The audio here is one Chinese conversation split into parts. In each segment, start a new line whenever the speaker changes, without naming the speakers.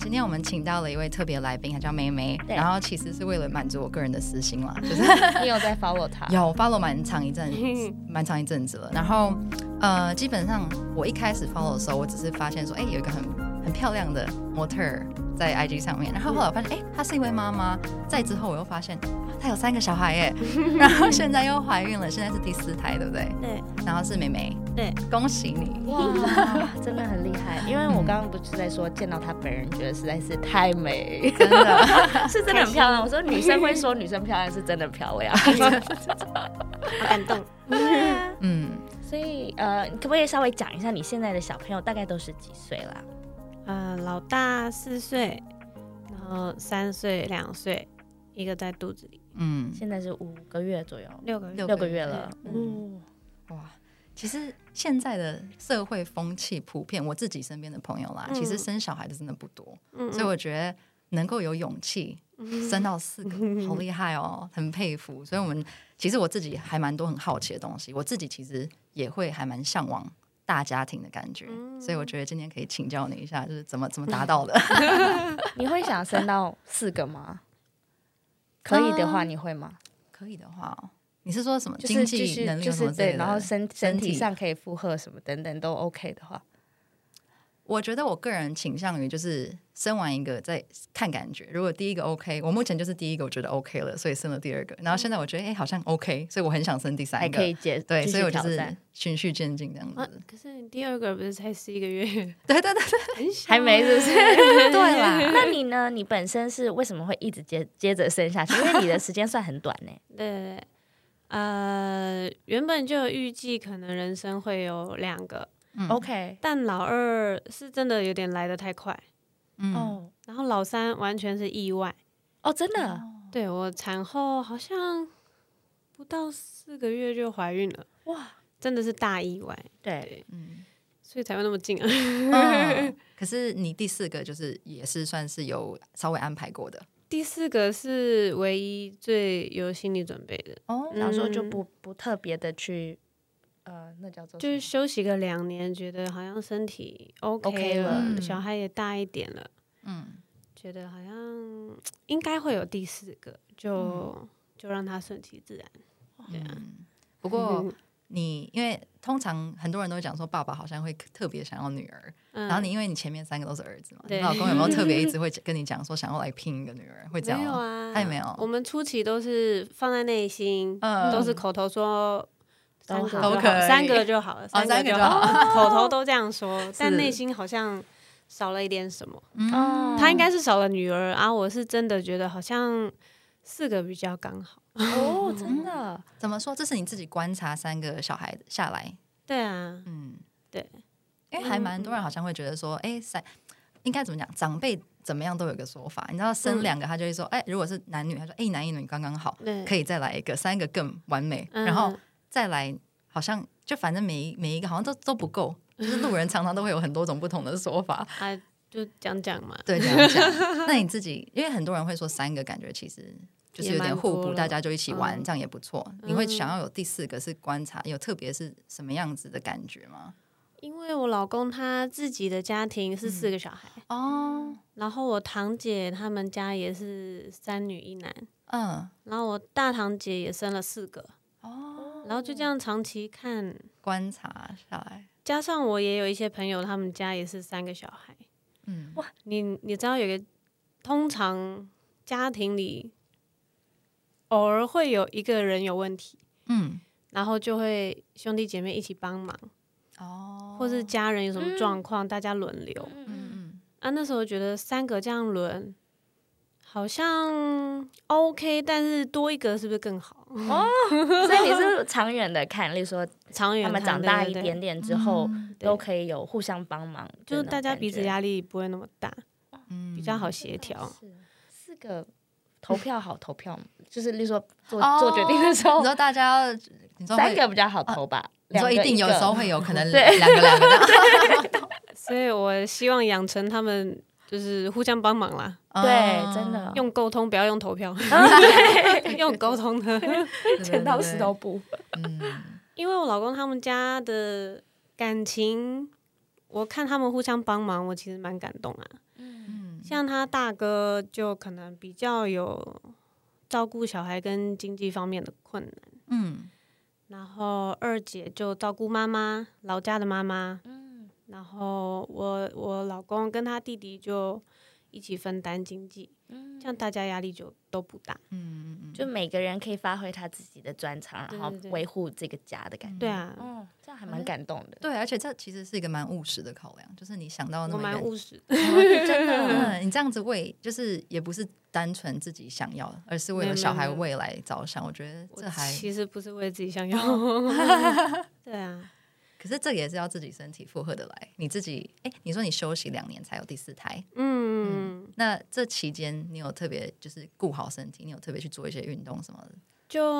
今天我们请到了一位特别来宾，她叫梅梅，
对
然后其实是为了满足我个人的私心啦，就是
你有在 follow 他？
有 follow 蛮长一阵，蛮长一阵子了。然后呃，基本上我一开始 follow 的时候，我只是发现说，哎、有一个很很漂亮的模特儿在 IG 上面。然后后来我发现，哎、她是一位妈妈。再之后我又发现，哇她有三个小孩耶， 然后现在又怀孕了，现在是第四胎，对不对？
对
然后是妹妹，
对，
恭喜你。
哇，真的很厉害！因为我刚刚不是在说见到她本人，觉得实在是太美，
真的，
是真的很漂亮。我说女生会说女生漂亮是真的漂亮，
好感动。
啊
嗯，
所以呃，你可不可以稍微讲一下你现在的小朋友大概都是几岁啦？
呃，老大四岁，然后三岁、两岁，一个在肚子里，
嗯，
现在是五个月左右，
六个月。
六
六
个
个
月
月了。嗯，
哇，其实现在的社会风气普遍，我自己身边的朋友啦，
嗯
其实生小孩的真的不多，
嗯
所以我觉得能够有勇气
嗯
生到四个，好厉害哦，很佩服。所以我们其实我自己还蛮多很好奇的东西，我自己其实也会还蛮向往。大家庭的感觉，
嗯
所以我觉得今天可以请教你一下，就是怎么 怎么达到的。
你会想生到四个 吗？可以的话，你会吗？
可以的话、哦，你是说什么
就
经
是就
济能
是
力
就
有什么
是
之类
对，
的？
然后身身
身体
体上可以负荷什么等等都 OK 的话，
我觉得我个人倾向于就是生完一个再看感觉，如果第一个 OK，我目前就是第一个我觉得 OK 了，所以生了第二个，然后现在我觉得哎、诶好像 OK，所以我很想生第三
还
个，
可以接
对，
继续
所以我就
挑
是
战
循序渐进这样
啊
子，，
可是你第二个不是才十一个月，
对对对对，
很小
还没是 不是？
对 啦，
那你呢？你本身是为什么会一直接接着生下去？因为你的时间算很短 呢、
对对对，呃，原本就有预计可能人生会有两个，
嗯
OK，
但老二是真的有点来得太快，
嗯
哦
然后老三完全是意外。
哦，真的
对我产后好像不到四个月就怀孕了，
哇，
真的是大意外，
对，
嗯
所以才会那么近啊。
嗯可是你第四个就是也是算是有稍微安排过的
第四个是唯一最有心理准备的，
哦
嗯
小时候就不不特别的去，呃，那叫做
就是
什
休息个两年，觉得好像身体 OK,
OK
了，
了
嗯
小孩也大一点了，
嗯
觉得好像应该会有第四个，就、就让它顺其自然。对啊，
嗯，不过。你因为通常很多人都会讲说，爸爸好像会特别想要女儿，
嗯
然后你因为你前面三个都是儿子嘛，你
对
老公有没有特别一直会跟你讲说想要来拼一个女儿，会这样
没有
吗？
啊，
他也没有
我们初期都是放在内心，
嗯
都是口头说。
都
三个
好
就
都可以
三个就好了，
哦
个
三个就
好， 口头都这样说，但
是
内心好像少了一点什么。
嗯
哦
他应该是少了女儿，啊，我是真的觉得好像四个比较刚好。
么哦，真的
怎么说？这是你自己观察三个小孩下来，
对啊，
嗯，
对，嗯
因为还蛮多人好像会觉得说，哎、三应该怎么讲？长辈怎么样都有个说法，你知道
嗯
生两个，他就会说，哎、如果是男女，他说，哎、一男一女刚刚好，
对，
可以再来一个，三个更完美，
嗯
然后再来好像就反正每一每一个好像都都不够，就是路人常常都会有很多种不同的说法。
啊，就讲讲嘛。
对，这样 讲。那你自己，因为很多人会说三个感觉其实就是
也
有点
蛮
互
多
补，
了
大家就一起玩，
嗯
这样也不错。你
嗯
会想要有第四个是观察，有特别是什么样子的感觉吗？
因为我老公他自己的家庭是
嗯
四个小孩，
哦，
然后我堂姐他们家也是三女一男，
嗯，
然后我大堂姐也生了四个，
哦，
然后就这样长期看，
观察下来，
加上我也有一些朋友，他们家也是三个小孩。
嗯，
你你知道有一个，通常家庭里偶尔会有一个人有问题，
嗯，
然后就会兄弟姐妹一起帮忙，
哦，
或是家人有什么
嗯
状况，大家轮流。
嗯，嗯
啊，那时候觉得三个这样轮好像 OK，但是多一个是不是更好？
所以你是长远的看，例如说
长远
他们
看
长
嗯对
大
对
一
对
点点之后，
嗯
对
都可以有互相帮忙的那种感觉，哦
就是大家彼此压力不会那么大，
嗯
比较好协调。
是四个投票好投票吗，就是例如说做
哦
做决定的时候
你，说大家要，你说
三
会，
个比较好投吧，
你
两
说
个
一定有
个
时 候会有可能
对
两个两个这样，
所以我希望养成他们就是互相帮忙啦。
对，
嗯
真的
用沟通，不要用投票，用沟通的。
剪刀石头，布，
对对对对嗯，
因为我老公他们家的感情，我看他们互相帮忙，我其实蛮感动啊。
嗯
像他大哥就可能比较有照顾小孩跟经济方面的困难，
嗯
然后二姐就照顾妈妈，老家的妈妈，
嗯
然后我我老公跟他弟弟就一起分担经济，这样大家压力就都不大。
嗯嗯
就每个人可以发挥他自己的专长，
对
然后
对对
维护这个家的感觉。
对啊，
哦，这样还蛮感动的。
对，而且这其实是一个蛮务实的考量，就是你想到那
我
么一
蛮
个
务实的，
真的，
嗯，你这样子为就是也不是单纯自己想要的，而是为
没
了
有
小
没有
孩
没有
未来着想。我觉得
我
这还，哦
其实不是为自己想要， 对啊，
可是这也是要自己身体负荷的来。你自己，哎、你说你休息两年才有第四胎，
嗯，
那这期间你有特别就是顾好身体，你有特别去做一些运动什么的？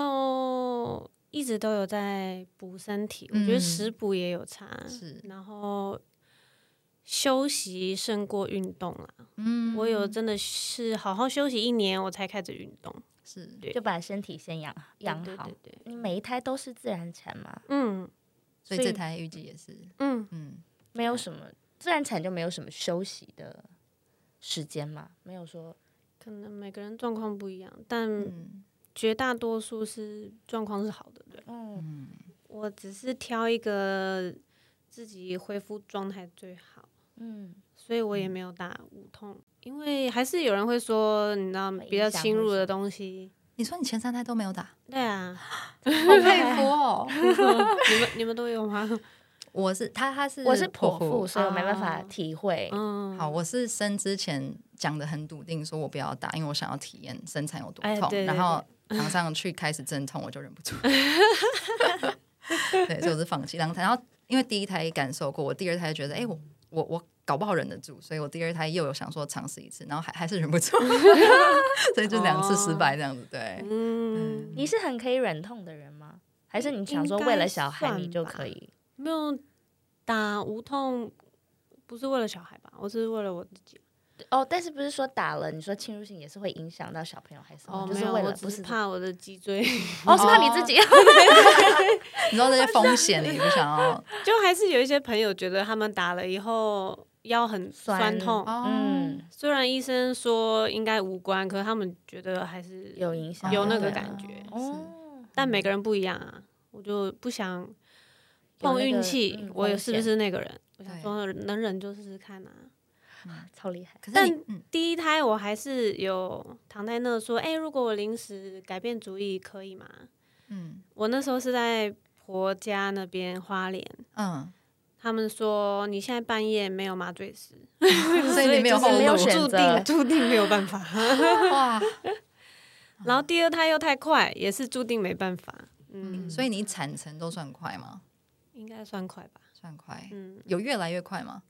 就一直都有在补身体，我觉
嗯
得食补也有差，
是
然后休息胜过运动啦。
嗯，
我有真的是好好休息一年，我才开始运动。
是
对
就把身体先养养
对
好
对。对对，
你每一胎都是自然产吗？
嗯
所以这胎预计也是，
嗯，
嗯，
没有什么自然产就没有什么休息的时间嘛？没有说
可能每个人状况不一样，但
嗯
绝大多数是状况是好的。对，啊
嗯
我只是挑一个自己恢复状态最好。
嗯，
所以我也没有打无痛，因为还是有人会说，你知道
会影
比较
响
侵
或
入
什
的
么
东西。
你说你前三胎都没有 打，
对啊，
好佩服哦！
你们你们都有吗？
我是他，他是
我是剖
腹
腹，啊所以我没办法
哦
体会。
嗯，
好，我是生之前讲的很笃定，说我不要打，因为我想要体验生产有多
哎
痛。
对对
然后躺上去开始阵痛，我就忍不住。对，所以我是放弃两胎。然后因为第一胎感受过，我第二胎觉得，哎、我我我搞不好忍得住，所以我第二胎又有想说尝试一次，然后还还是忍不 住，所以就两次失败这样子。对，
嗯，
你是很可以忍痛的人吗？还是你想说
应该
为了小孩
算
你就
吧
可以？
没有打无痛，不是为了小孩吧？我只是为了我自己。
哦，但是不是说打了，你说侵入性也是会影响到小朋友还是什么？
哦，
就
没
是
有，
为
我
了
只
不是
是怕我的脊椎，
哦，是怕你自己。
你知道这些风险，你不想 要
就还是有一些朋友觉得他们打了以后腰很
酸
酸痛，
嗯，
虽然医生说应该无关，可是他们觉得还是
有影
嗯
响，
有那
对
个
啊
感觉。
哦，
但每个人不一样啊，我就不想
有
碰
那
运
个
气，
嗯
我
风
也是不
险
是那个人？我想
对
说能忍就试试看啊。
超厉害？
可是你
但
嗯
第一胎我还是有躺在那说，哎、如果我临时改变主意可以吗？
嗯
我那时候是在婆家那边花莲，
嗯，
他们说你现在半夜没有麻醉师，
嗯 所以你没有
就
后
是
路，
没有选
注
择
定注定没有办法。
哇！
然后第二胎又太快，也是注定没办法。嗯，
所以你产程都算快吗？
应该算快吧。
算快，
嗯，
有越来越快吗？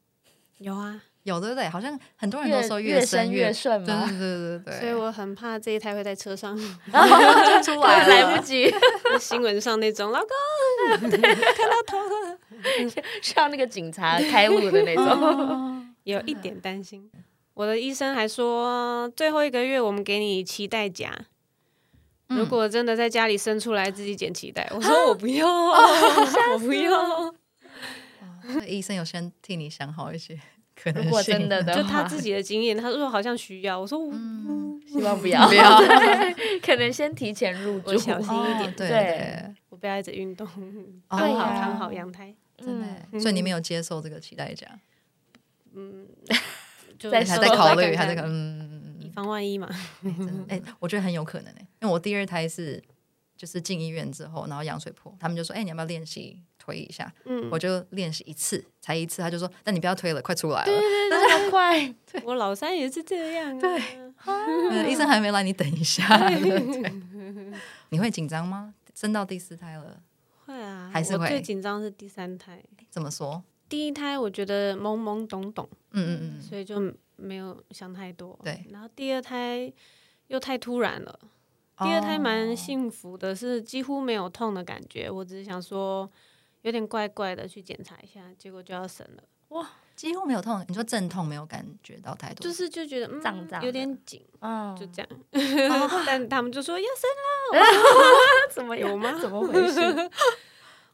有啊，
有对不对？好像很多人都说
越
生
生
越
越顺
对
吗？
对对对对，
所以我很怕这一胎会在 车上
然后就出
来了
来不及，
新闻上那种老公，
像那个警察开路的那 种。
有一点担心。我的医生还说，最后一个月我们给你脐带夹，
嗯
如果真的在家里生出来，自己剪脐带。我
啊
说我不要，
哦
我不要，
哇所以医生有先替你想好一些可能性，
如果真的的
就
话
他自己的经验，他说好像需要。我说我
嗯
希望不要，
不要
可能先提前入住
我，小心一点
哦对
对
对，
我不要一直运动，
哦
躺好
对呀
躺好养胎，
真的
嗯
耶，所以你没有接受这个期待价，
就
再
还
说
在考虑，
看
还
看
在考虑，嗯，
以防万 一嘛。
嗯哎，我觉得很有可能哎，因为我第二胎是就是进医院之后，然后羊水破，他们就说，哎，你要不要练习推一下？
嗯，
我就练习一次，才一次，他就说，那你不要推了，快出来了，
那么快，
我老三也是这样啊。
对 呃医生还没来，你等一下。 对你会紧张吗？生到第四胎了，
会啊，
还是
我
会
最紧张是第三胎。
怎么说？
第一胎我觉得懵懵懂懂，
嗯嗯嗯，
所以就没有想太多。
对，
然后第二胎又太突然了。第二胎蛮
哦
幸福的，是几乎没有痛的感觉。我只是想说，有点怪怪的，去检查一下，结果就要生了，
几乎没有痛。你说阵痛没有感觉到太多，
就是就觉得嗯
胀胀的
有点紧，
嗯，哦
就这样。 但他们就说要生
怎么
有吗
怎么回事？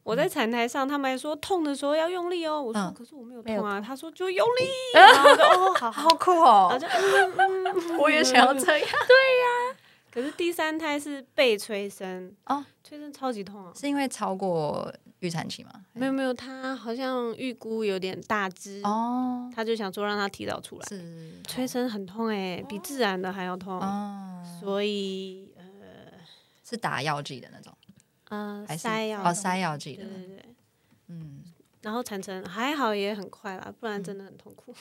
我在产台上，他们还说痛的时候要用力哦。我说
嗯
可是我没有
没有
痛啊，他说就用 力。然后我就哦，好好
好。酷哦
然后！就嗯嗯嗯
我也想要这样，
可是第三胎是被催生
哦，
催生超级痛啊！
是因为超过预产期吗？
没有没有，他好像预估有点大只，
哦，
他就想说让他提早出来。
是
催生很痛哎、比自然的还要痛，
哦，
所以
是打药剂的那种，
呃
还是
塞药
哦塞药剂
对
的那
对
种，
对。对
嗯，
然后产程还好也很快啦，不然真的很痛苦。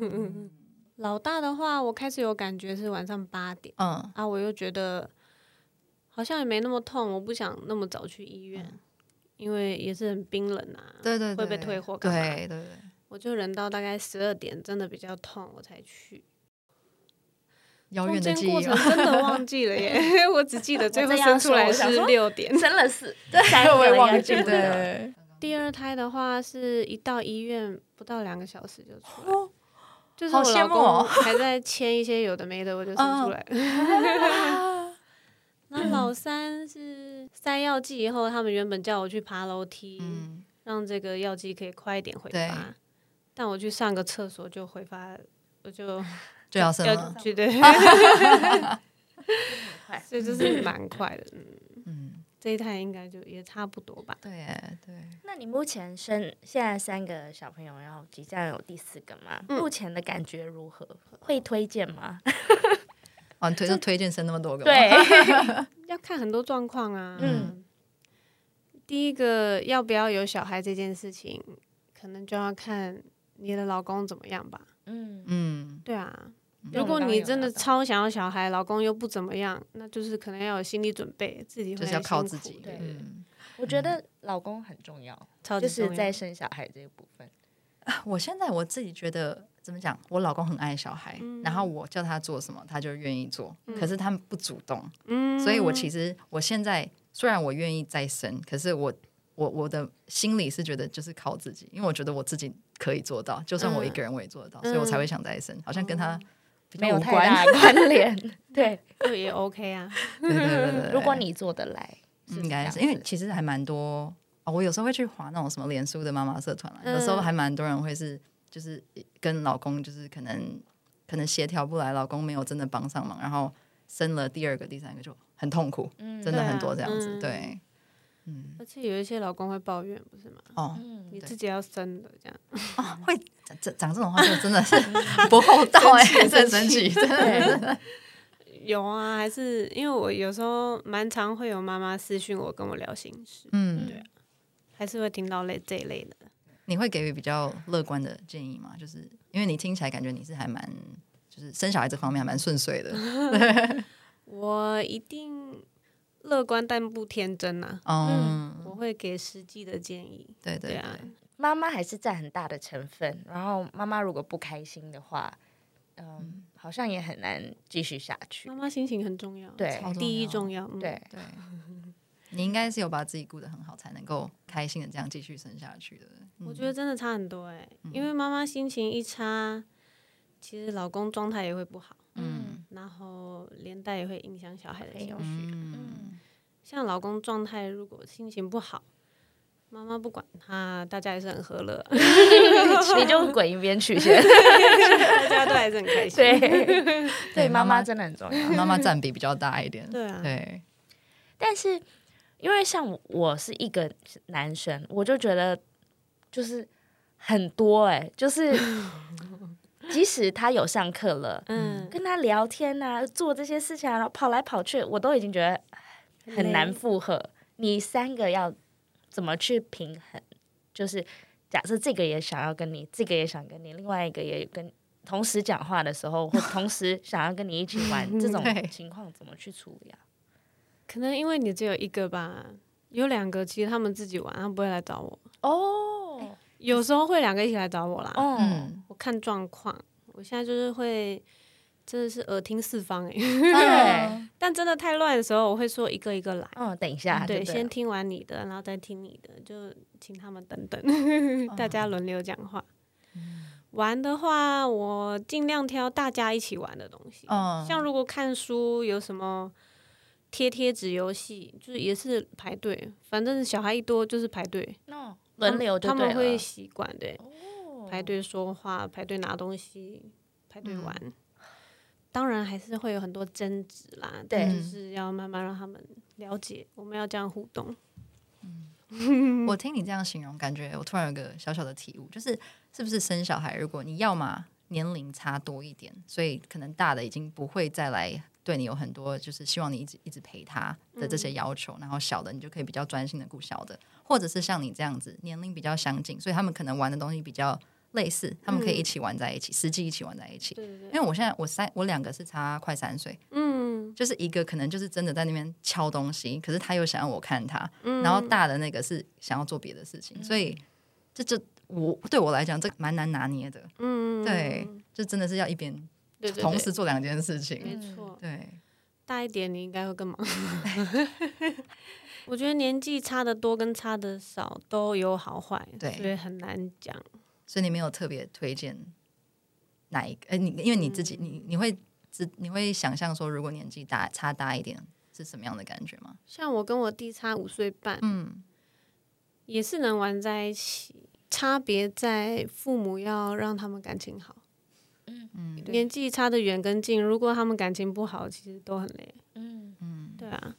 嗯老大的话，我开始有感觉是晚上八点
嗯
啊，我又觉得好像也没那么痛，我不想那么早去医院，因为也是很冰冷啊，
嗯对对
会
对，
被退货干嘛
对对对，
我就忍到大概十二点，真的比较痛我才去。
遥
中
远的
间
记
过
忆
程
哦，
真的忘记了耶， 我只记得最后
我正要
生出来
说我想
是
说
六点。
生了四，三个人要
记
进去了。
对，
第二胎的话是一到医院不到两个小时就出来，
哦
就是
好
我
羡
老
慕哦
公还在签一些有的没的，我就生出来了。
嗯
那老三是塞药剂以后，他们原本叫我去爬楼梯，
嗯，
让这个药剂可以快一点挥
对
发，但我去上个厕所就挥发，我就
就要生
要
了，
去对，所以就是蛮快的。嗯，
嗯，
这一胎应该就也差不多吧。
对耶对，
那你目前生现在三个小朋友，然后即将有第四个吗？目前的感觉如何？会推荐吗？
哦，你推就推荐生那么多个，，
对，
要看很多状况啊。
嗯
嗯，第一个要不要有小孩这件事情，可能就要看你的老公怎么样吧。
嗯，
嗯，
对啊，
就我
如
们
果
刚刚
你
有
真的
聊到
超想要小孩，老公又不怎么样，那就是可能要有心理准备，自己会
就是要靠
很
自
辛苦
己，
对，
嗯，
我觉得老公很重要，
超级
就是
重要
在生小孩这一部分。
我现在我自己觉得怎么讲，我老公很爱小孩，然后我叫他做什么，他就愿意做，可是他们不主动，
嗯
所以我其实我现在虽然我愿意再生，可是我我我的心里是觉得就是靠自己，因为我觉得我自己可以做到，就算我一个人我也做得到，所以我才会想再生，好像跟他比
没
较
有
无
太
关
大。的关联。对，
就也 OK 啊。
对对对对对
如果你做得来，
应该是因为其实还蛮多哦，我有时候会去划那种什么脸书的妈妈社团啊啦，有时候还蛮多人会是就是跟老公就是可能可能协调不来，老公没有真的帮上忙，然后生了第二个、第三个就很痛苦，真的很多这样子，
对啊
嗯对，嗯，
而且有一些老公会抱怨，不是吗？
哦，
嗯，
你自己要生的这样，
哦， 会讲讲讲这种话就真 的是不厚道哎、欸， 真的生气，真的
对，
有啊，还是因为我有时候蛮常会有妈妈私讯我跟我聊心事，
嗯，
还是会听到类这一类的。
你会给予比较乐观的建议吗？就是因为你听起来感觉你是还蛮就是生小孩这方面还蛮顺遂的，
我一定乐观但不天真呐、
嗯，
我会给实际的建议。
对对对，
对啊，
妈妈还是占很大的成分。然后妈妈如果不开心的话，嗯，好像也很难继续下去
妈。妈心情很重要，
对
超
第一
重
重要。嗯、
对，
对。 你应该是有把自己顾得很好，才能够开心的这样继续生下去的。嗯
我觉得真的差很多哎、
嗯
因为妈妈心情一差，其实老公状态也会不好，
嗯
然后连带也会影响小孩的
很
情
有
绪。
趣。
嗯，
像老公状态如果心情不好，妈妈不管他，大家也是很 和乐，
你就滚一边去先。
大家都还是很开心。
对，对，
对
妈
妈
妈
妈
真的很重要。
妈妈占比比较大一点。
对啊
对，
但是因为像我我是一个男生，我就觉得就是很多哎、就是 即使他有上课了，
嗯，
跟他聊天啊，做这些事情啊，然后跑来跑去，我都已经觉得很难
累
负荷。你三个要怎么去平衡？就是假设这个也想要跟你，这个也想跟你，另外一个也跟同时讲话的时候，或同时想要跟你一起玩，这种
对
情况怎么去处理啊？
可能因为你只有一个吧，有两个其实他们自己玩，他们不会来找我。
哦，
有时候会两个一起来找我啦。
哦，
嗯，
我看状况，我现在就是会真的是耳听四方哎、
嗯
欸，
对，
但真的太乱的时候，我会说一个一个来。
嗯，等一下，
对，
就
先
了
听完你的，然后再听你的，就请他们等等，
嗯
大家轮流讲话。嗯玩的话，我尽量挑大家一起玩的东西。
嗯
像如果看书有什么贴贴纸游戏，就是也是排队，反正小孩一多就是排队，
哦，轮流就
他
对
们
了。
会习惯对，
哦
排队说话，排队拿东西，排队玩。当然还是会有很多争执啦，
对
但就是要慢慢让他们了解，我们要这样互动。嗯
我听你这样形容，感觉我突然有个小小的体悟，就是是不是生小孩，如果你要嘛年龄差多一点，所以可能大的已经不会再来对你有很多就是希望你一直一直陪他的这些要求，然后小的你就可以比较专心的顾小的，或者是像你这样子年龄比较相近，所以他们可能玩的东西比较类似，他们可以一起玩在一起，实际一起玩在一起。
对对
因为我现在我三我两个是差快三岁，
嗯，
就是一个可能就是真的在那边敲东西，可是他又想要我看他，然
嗯
后大的那个是想要做别的事情，所以这就我对我来讲这蛮难拿捏的，
嗯，
对，就真的是要一边
对对，嗯
同时做两件事
对没
情，
错。
对，
大一点你应该会更忙。我觉得年纪差的多跟差的少都有好坏，
对
所以很难讲。
所以你没有特别推荐哪一个？呃，你因为你自
嗯
己你你会知你会想象说，如果年纪大差大一点是什么样的感觉吗？
像我跟我弟差五岁半，
嗯，
也是能玩在一起，差别在父母要让他们感情好。
嗯
年纪差的远跟近，如果他们感情不好，其实都很累。
嗯，
对啊，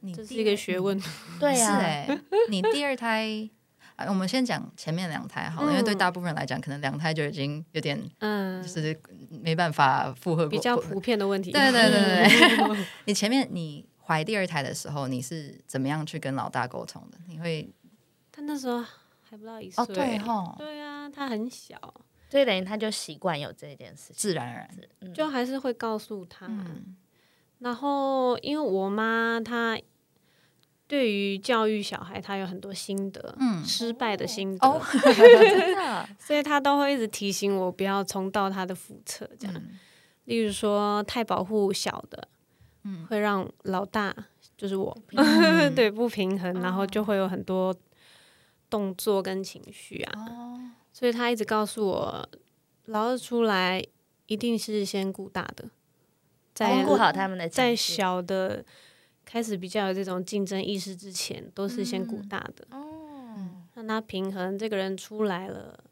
你
这是
第
一个学问。
对啊
是
啊
呀、
哎、你第二胎，啊我们先讲前面两胎好了，因为对
嗯
大部分人来讲，可能两胎就已经有点
嗯
就，是没办法负荷过
比较普遍的问题。
对对对对对， 你前面你怀第二胎的时候，你是怎么样去跟老大沟通的？你会
他那时候还不到一岁。
哦吼，
哦对啊，他很小，
所以等于他就习惯有这件事情，
自然而然，
嗯
就还是会告诉他。
嗯
然后，因为我妈她对于教育小孩，她有很多心得，
嗯，
失败的心得，
哦，
真的，啊
所以她都会一直提醒我不要重蹈她的覆辙。这样，
嗯
例如说太保护小的，会让老大就是我，
嗯
对不平衡，然后就会有很多动作跟情绪啊。
哦，
所以她一直告诉我，老二出来一定是先顾大的，再
照哦顾好他们的情
在
绪
小的开始比较有这种竞争意识之前，都是先顾大的，
哦，
让他平衡。这个人出来了，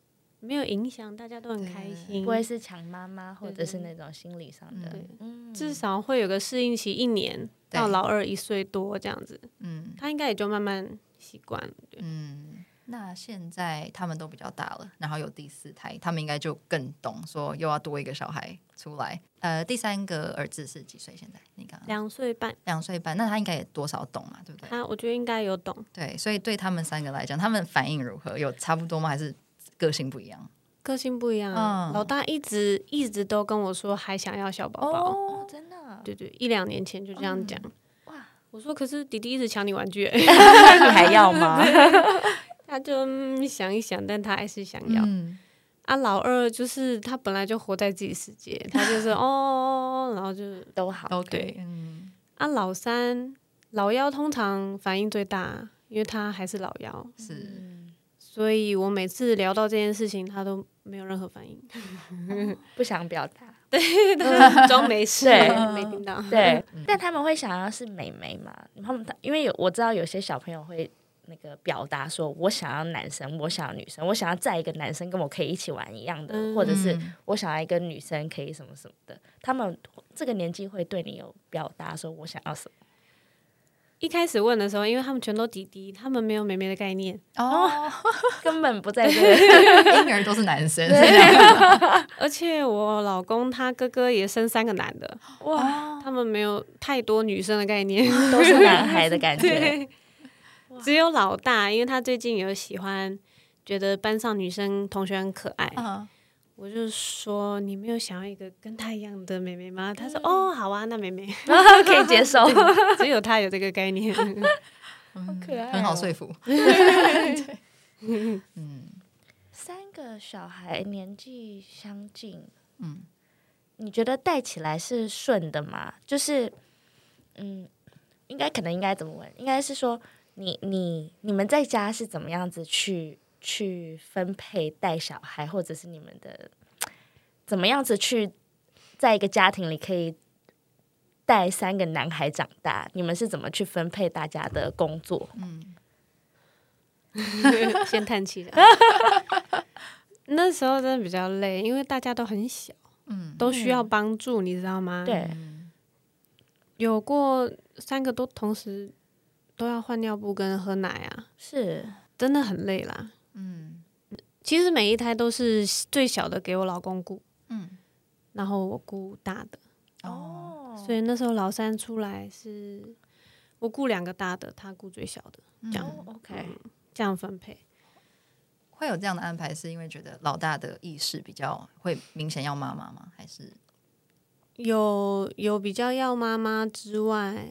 没有影响，大家都很开心
不，会是强妈妈或者
嗯对
是那种心理上的
对，
嗯，
至少会有个适应期一年，
对
到老二一岁多这样子，
嗯
他应该也就慢慢习惯了。对
嗯。那现在他们都比较大了，然后有第四胎，他们应该就更懂说又要多一个小孩出来。呃，第三个儿子是几岁？现在你刚刚
两岁半，
两岁半，那他应该也多少懂嘛，对不对？
他我觉得应该有懂，
对，所以对他们三个来讲，他们反应如何？有差不多吗？还是个性不一样？
个性不一样啊。
嗯
老大一直一直都跟我说还想要小宝宝，
哦，真
啊
的，
对对，一两年前就这样讲。
哇，
我说可是弟弟一直抢你玩具、
那你还 要吗？
他就、嗯想一想，但他还是想要。
嗯
啊，老二就是他本来就活在自己世界，他就是 哦，然后就是
都好，
都可以
对。
嗯，
啊，老三老幺通常反应最大，因为他还是老幺，
是
嗯，
所以我每次聊到这件事情，他都没有任何 反应，
不想表达，
他装没事，
对
没听到。
对，嗯但他们会想要是美眉嘛？他们因为有我知道有些小朋友会那个表达说，我想要男生，我想要女生，我想要再一个男生跟我可以一起玩一样的，
嗯
或者是
嗯
我想要一个女生可以什么什么的。他们这个年纪会对你有表达说我想要什么，
一开始问的时候，因为他们全都弟弟，他们没有妹妹的概念，
哦，
根本不在这个
婴儿都是男生，
而且我老公他哥哥也生三个男的，
哇，
他们没有太多女生的概念，
都是男孩的感觉，
对，只有老大，因为他最近有喜欢，觉得班上女生同学很可爱，
嗯
我就说你没有想要一个跟他一样的妹妹吗？他说、
嗯
哦，好啊，那妹妹，
然后可以接受，好
只有他有这个概念。
可爱、哦
很好说。服。
三个小孩年纪相近，
嗯，
你觉得带起来是顺的吗？就是，嗯，应该可能应该怎么问？应该是说你你你们在家是怎么样子去去分配带小孩，或者是你们的怎么样子去在一个家庭里可以带三个男孩长大，你们是怎么去分配大家的工作？
先叹气了。 那时候真的比较累，因为大家都很小，
嗯，
都需要帮助，你知道吗？，
对，
有过三个都同时都要换尿布跟喝奶啊，
是
真的很累啦。嗯，其实每一胎都是最小的给我老公顾，
嗯，
然后我顾大的，
哦，
所以那时候老三出来是我顾两个大的，他顾最小的，这样、
哦 OK，
这样分配。
会有这样的安排，是因为觉得老大的意识比较会明显要妈妈吗？还是
有有比较要妈妈之外，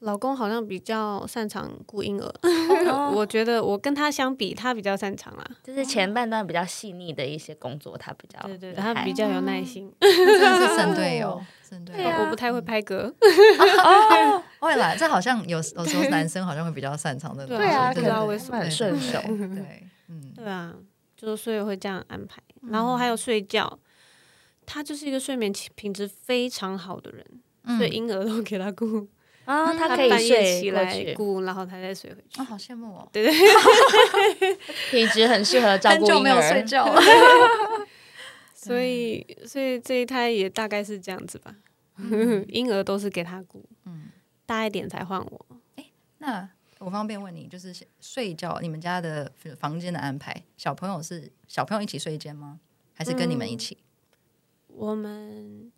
老公好像比较擅长顾婴儿。 我觉得我跟他相比，他比较擅长啦。
就是前半段比较细腻的一些工作，他比较
对对
厉
对，他
害
比较有耐心。
那真的是哦神队友，神队友。
我不太会拍嗝，
会啦，这好像有有时候男生好像会比较擅长这种，
对啊
对
不知道为
对
什
他
么
们很顺手。
对对，嗯，
对啊，就是所以会这样安排。然
嗯
后还有睡觉，他就是一个睡眠品品质非常好的人，
嗯
所以婴儿都给他顾，
啊， 他可以
半
睡
夜起
过
来
去，
顾，然后他再睡回去
啊，。好羡慕哦，
对对，
体质 很适合照
很
顾
久
婴
没有睡
儿。
觉了，
所以所以这一胎也大概是这样子吧，
嗯
婴儿都是给他顾，
嗯
大一点才换我。
那我方便问你，就是睡觉，你们家的房间的安排，小朋友是小朋友一起睡一间吗？还是跟你们一起？
我们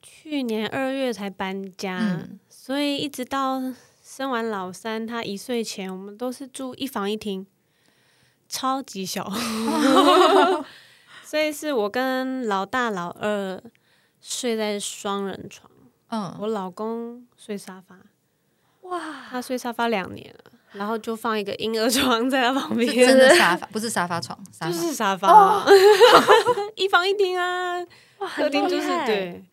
去年二月才搬家，
嗯
所以一直到生完老三，他一岁前，我们都是住一房一厅，超级小， 所以是我跟老大老二睡在双人床，
嗯，
我老公睡沙发，哇，他睡沙发两年了，然后就放一个婴儿床在他旁边，
是真的沙发，不是沙发床，沙
就
发
是沙发，
哦
一房一厅啊，客厅就是
很厉害
对。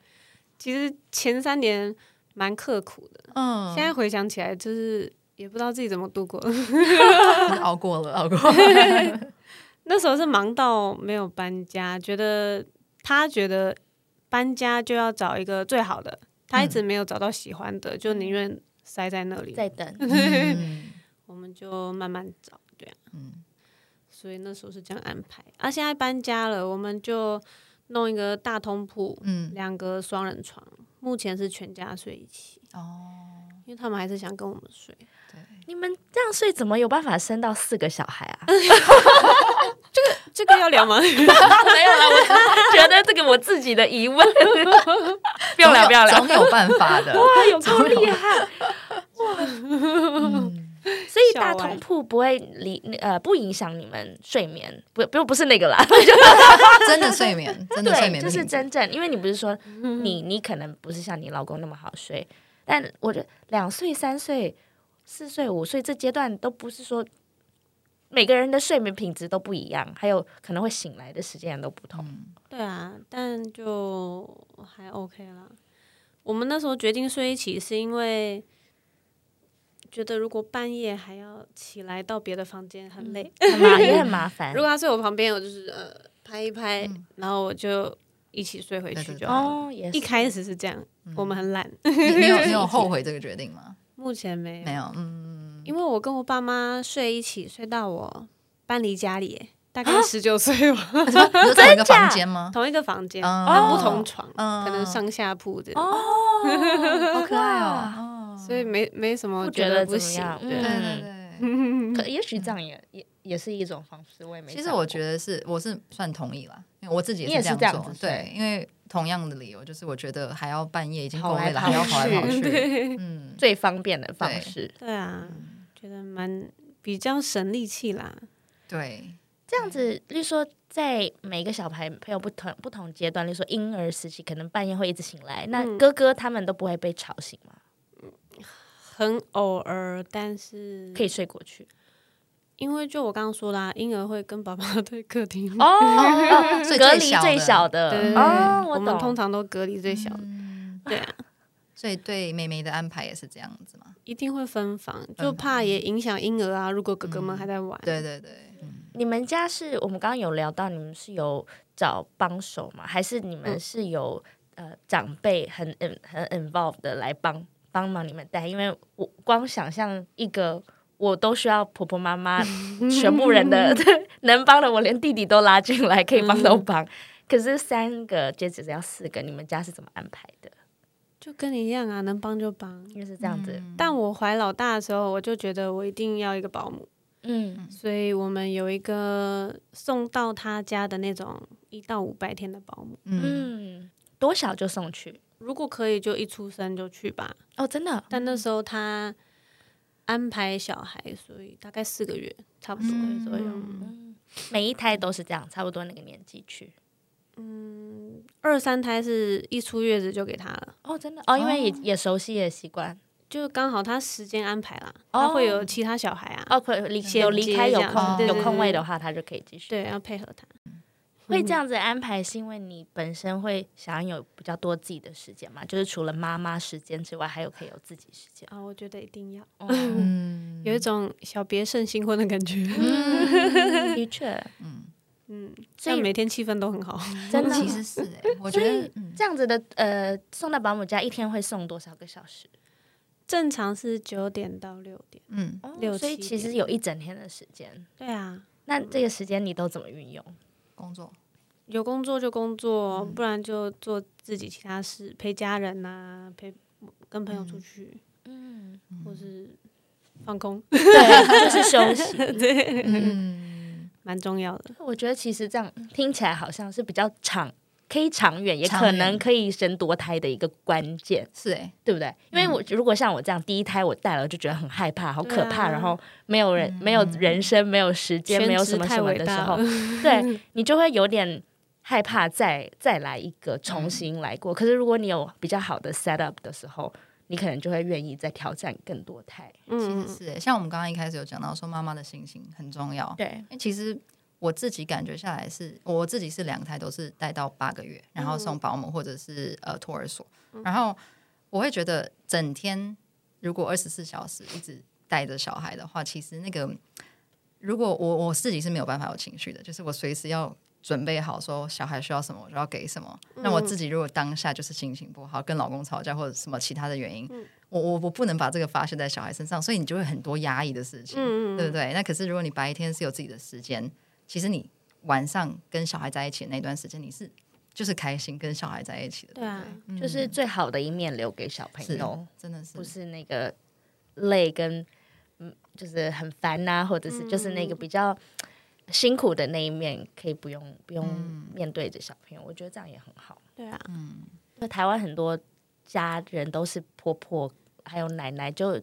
其实前三年蛮刻苦的，
嗯，
现在回想起来，就是也不知道自己怎么度过。
在熬过了，熬过了，
那时候是忙到没有搬家，觉得他觉得搬家就要找一个最好的，他一直没有找到喜欢的，就宁愿塞在那里。
在 等，
嗯
我们就慢慢找，对啊，
嗯
所以那时候是这样安排。啊，现在搬家了，我们就弄一个大通铺，
嗯，
两个双人床，目前是全家睡一起，
哦，
因为他们还是想跟我们睡。
对，
你们这样睡怎么有办法生到四个小孩啊？
这个要聊 吗？
没有了，我觉得这个我自己的疑问， 不用聊，不用聊，
总有办法的，
哇，有够厉 害哇！ 所以大同铺不会离呃不影响你们睡眠，不不不是那个 啦，
真的睡 眠，真的睡
对，
眠，
就是真正，因为你不是说
嗯
你你可能不是像你老公那么好睡，但我觉得两岁、三岁、四岁、五岁这阶段都不是说每个人的睡眠品质都不一样，还有可能会醒来的时间都不同。
对啊，但就还 OK 啦。我们那时候决定睡一起，是因为觉得如果半夜还要起来到别的房间很累。
嗯
很麻也很麻烦
如。果他睡我旁边，我就是呃拍一拍，然后我就一起睡回
对
去
对
就好了。
哦，也
一
是
开始是这样，我们很懒，
你你有 你有后悔这个决定吗？
目前没有
没，有，嗯，
因为我跟我爸妈睡一起，睡到我搬离家里耶，大概十九岁 吧，
你说你说同一个房间吗？
同一个房间，
哦
但不同床，
嗯
可能上下铺的，
好可爱哦，
所以没没什么
不
觉
觉
得
得
不
怎么
行嗯
样。嗯
对
对，
对对。
可也许这样也也也是一种方式，我也没想
其
过。
实我觉得是，我是算同意啦，因为我自己
你也
这
是
样
这样
做
子，睡
对，因为同样的理由，就是我觉得还要半夜已经
跑
够
来
累了，
跑
还要跑来跑
去
去，嗯，
最方便的方
对
式，
对啊，
嗯
觉得蛮比较省力气啦。
对，
这
嗯
样子，例如说，在每个小朋友不同不同阶段，例如说婴儿时期，可能半夜会一直醒来，
嗯
那哥哥他们都不会被吵醒嘛，
很偶尔，但是
可以睡过去。
因为就我刚刚说啦，婴儿会跟爸爸 对 客厅，
哦，哦
所以
隔
嗯最
离
小
最
的
小的
对对对
哦，
我们
懂。嗯
通常都隔离最小的，对啊，
所以对妹妹的安排也是这样子嘛，
一定会分房，就怕
嗯
也影响婴儿啊。如果哥哥们还在玩，
对对对，嗯
你们嗯家是我们刚刚有聊到，你们是有找帮手吗？还是你们是有呃长辈很 in, 很 involved 的来帮帮忙你们带，因为我光想象一个我都需要婆婆妈妈 全部人 的能帮的，我连弟弟都拉进来，可以帮都帮。可是三个截止要四个，你们家是怎么安排的？
就跟你一样啊，能帮就帮。
因为是这样子，
但我怀老大的时候，我就觉得我一定要一个保姆，
嗯
所以我们有一个送到他家的那种一到五白天的保姆，
嗯，
嗯，多小就送去
如果可以就一出生就去吧。
哦，真的，
但那时候他安排小孩，所以大概四个月，差不多
嗯
左右。
嗯，每一胎都是这样，差不多那个年纪去。
二三胎是一出月子就给他了，
哦，真的哦，因为也、
哦
也熟悉也习惯
就刚好他时间安排啦，
哦
他会有其他小孩啊，
哦，可以离
衔接
有离开有
这样
空、
对对
有空位
对
的话，他就可以继续。嗯
对，要配合他。
会这样子安排，是因为你本身会想要有比较多自己的时间嘛？就是除了妈妈时间之外，还有可以有自己时间。
啊、我觉得一定要
嗯，
嗯
有一种小别胜新婚的感觉。
的确，
嗯，
所
所
以
以每天气氛都很好。
真的
其实是哎，我觉得嗯
这样子的呃，送到保姆家一天会送多少个小时？
正常是九点到六点。
嗯，
哦
六
所以
七
其实
点
有一整天的时间。
对啊，
那这个时间你都怎么运用？
工作
有工作就工作，不然就做自己其他事，陪家人呐、陪跟朋友出去，
嗯，
或是放空，
对，就是休息。
蛮重要的。
我觉得其实这样听起来好像是比较长，可以长远，也
长
可
远
能可以生多胎的一个关键。
是哎，
对不对？因
嗯
为我如果像我这样第一胎我带了就觉得很害怕、好可怕，
对啊嗯
然后没有人、没有人生、没有时间、
全职
没有什么什么的时候
太，
对 你就会有点害怕再再来一个重
嗯
新来过。可是如果你有比较好的 set up 的时候，你可能就会愿意再挑战更多胎。
其
嗯
实，是哎，像我们刚刚一开始有讲到说妈妈的心情很重要，
对，
因为其实我自己感觉下来是，我自己是两胎都是带到八个月，然后送保姆或者是呃托儿所，然后我会觉得整天如果二十四小时一直带着小孩的话，其实那个如果我我自己是没有办法有情绪的，就是我随时要。准备好说小孩需要什么，我就要给什么。那
嗯
我自己如果当下就是心情不好，跟老公吵架或者什么其他的原因，
嗯
我我我不能把这个发泄在小孩身上，所以你就会很多压抑的事情。
嗯
对不对？那可是如果你白天是有自己的时间，其实你晚上跟小孩在一起的那段时间，你是就是开心跟小孩在一起的，
对啊，
就是最好的一面留给小朋
是
友，
真的是
不是那个累跟嗯，就是很烦呐、或者是就是那
嗯
个比较辛苦的那一面，可以不用不用
嗯
面对着小朋友，我觉得这样也很好。
对啊，
那台湾很多家人都是婆婆还有奶奶就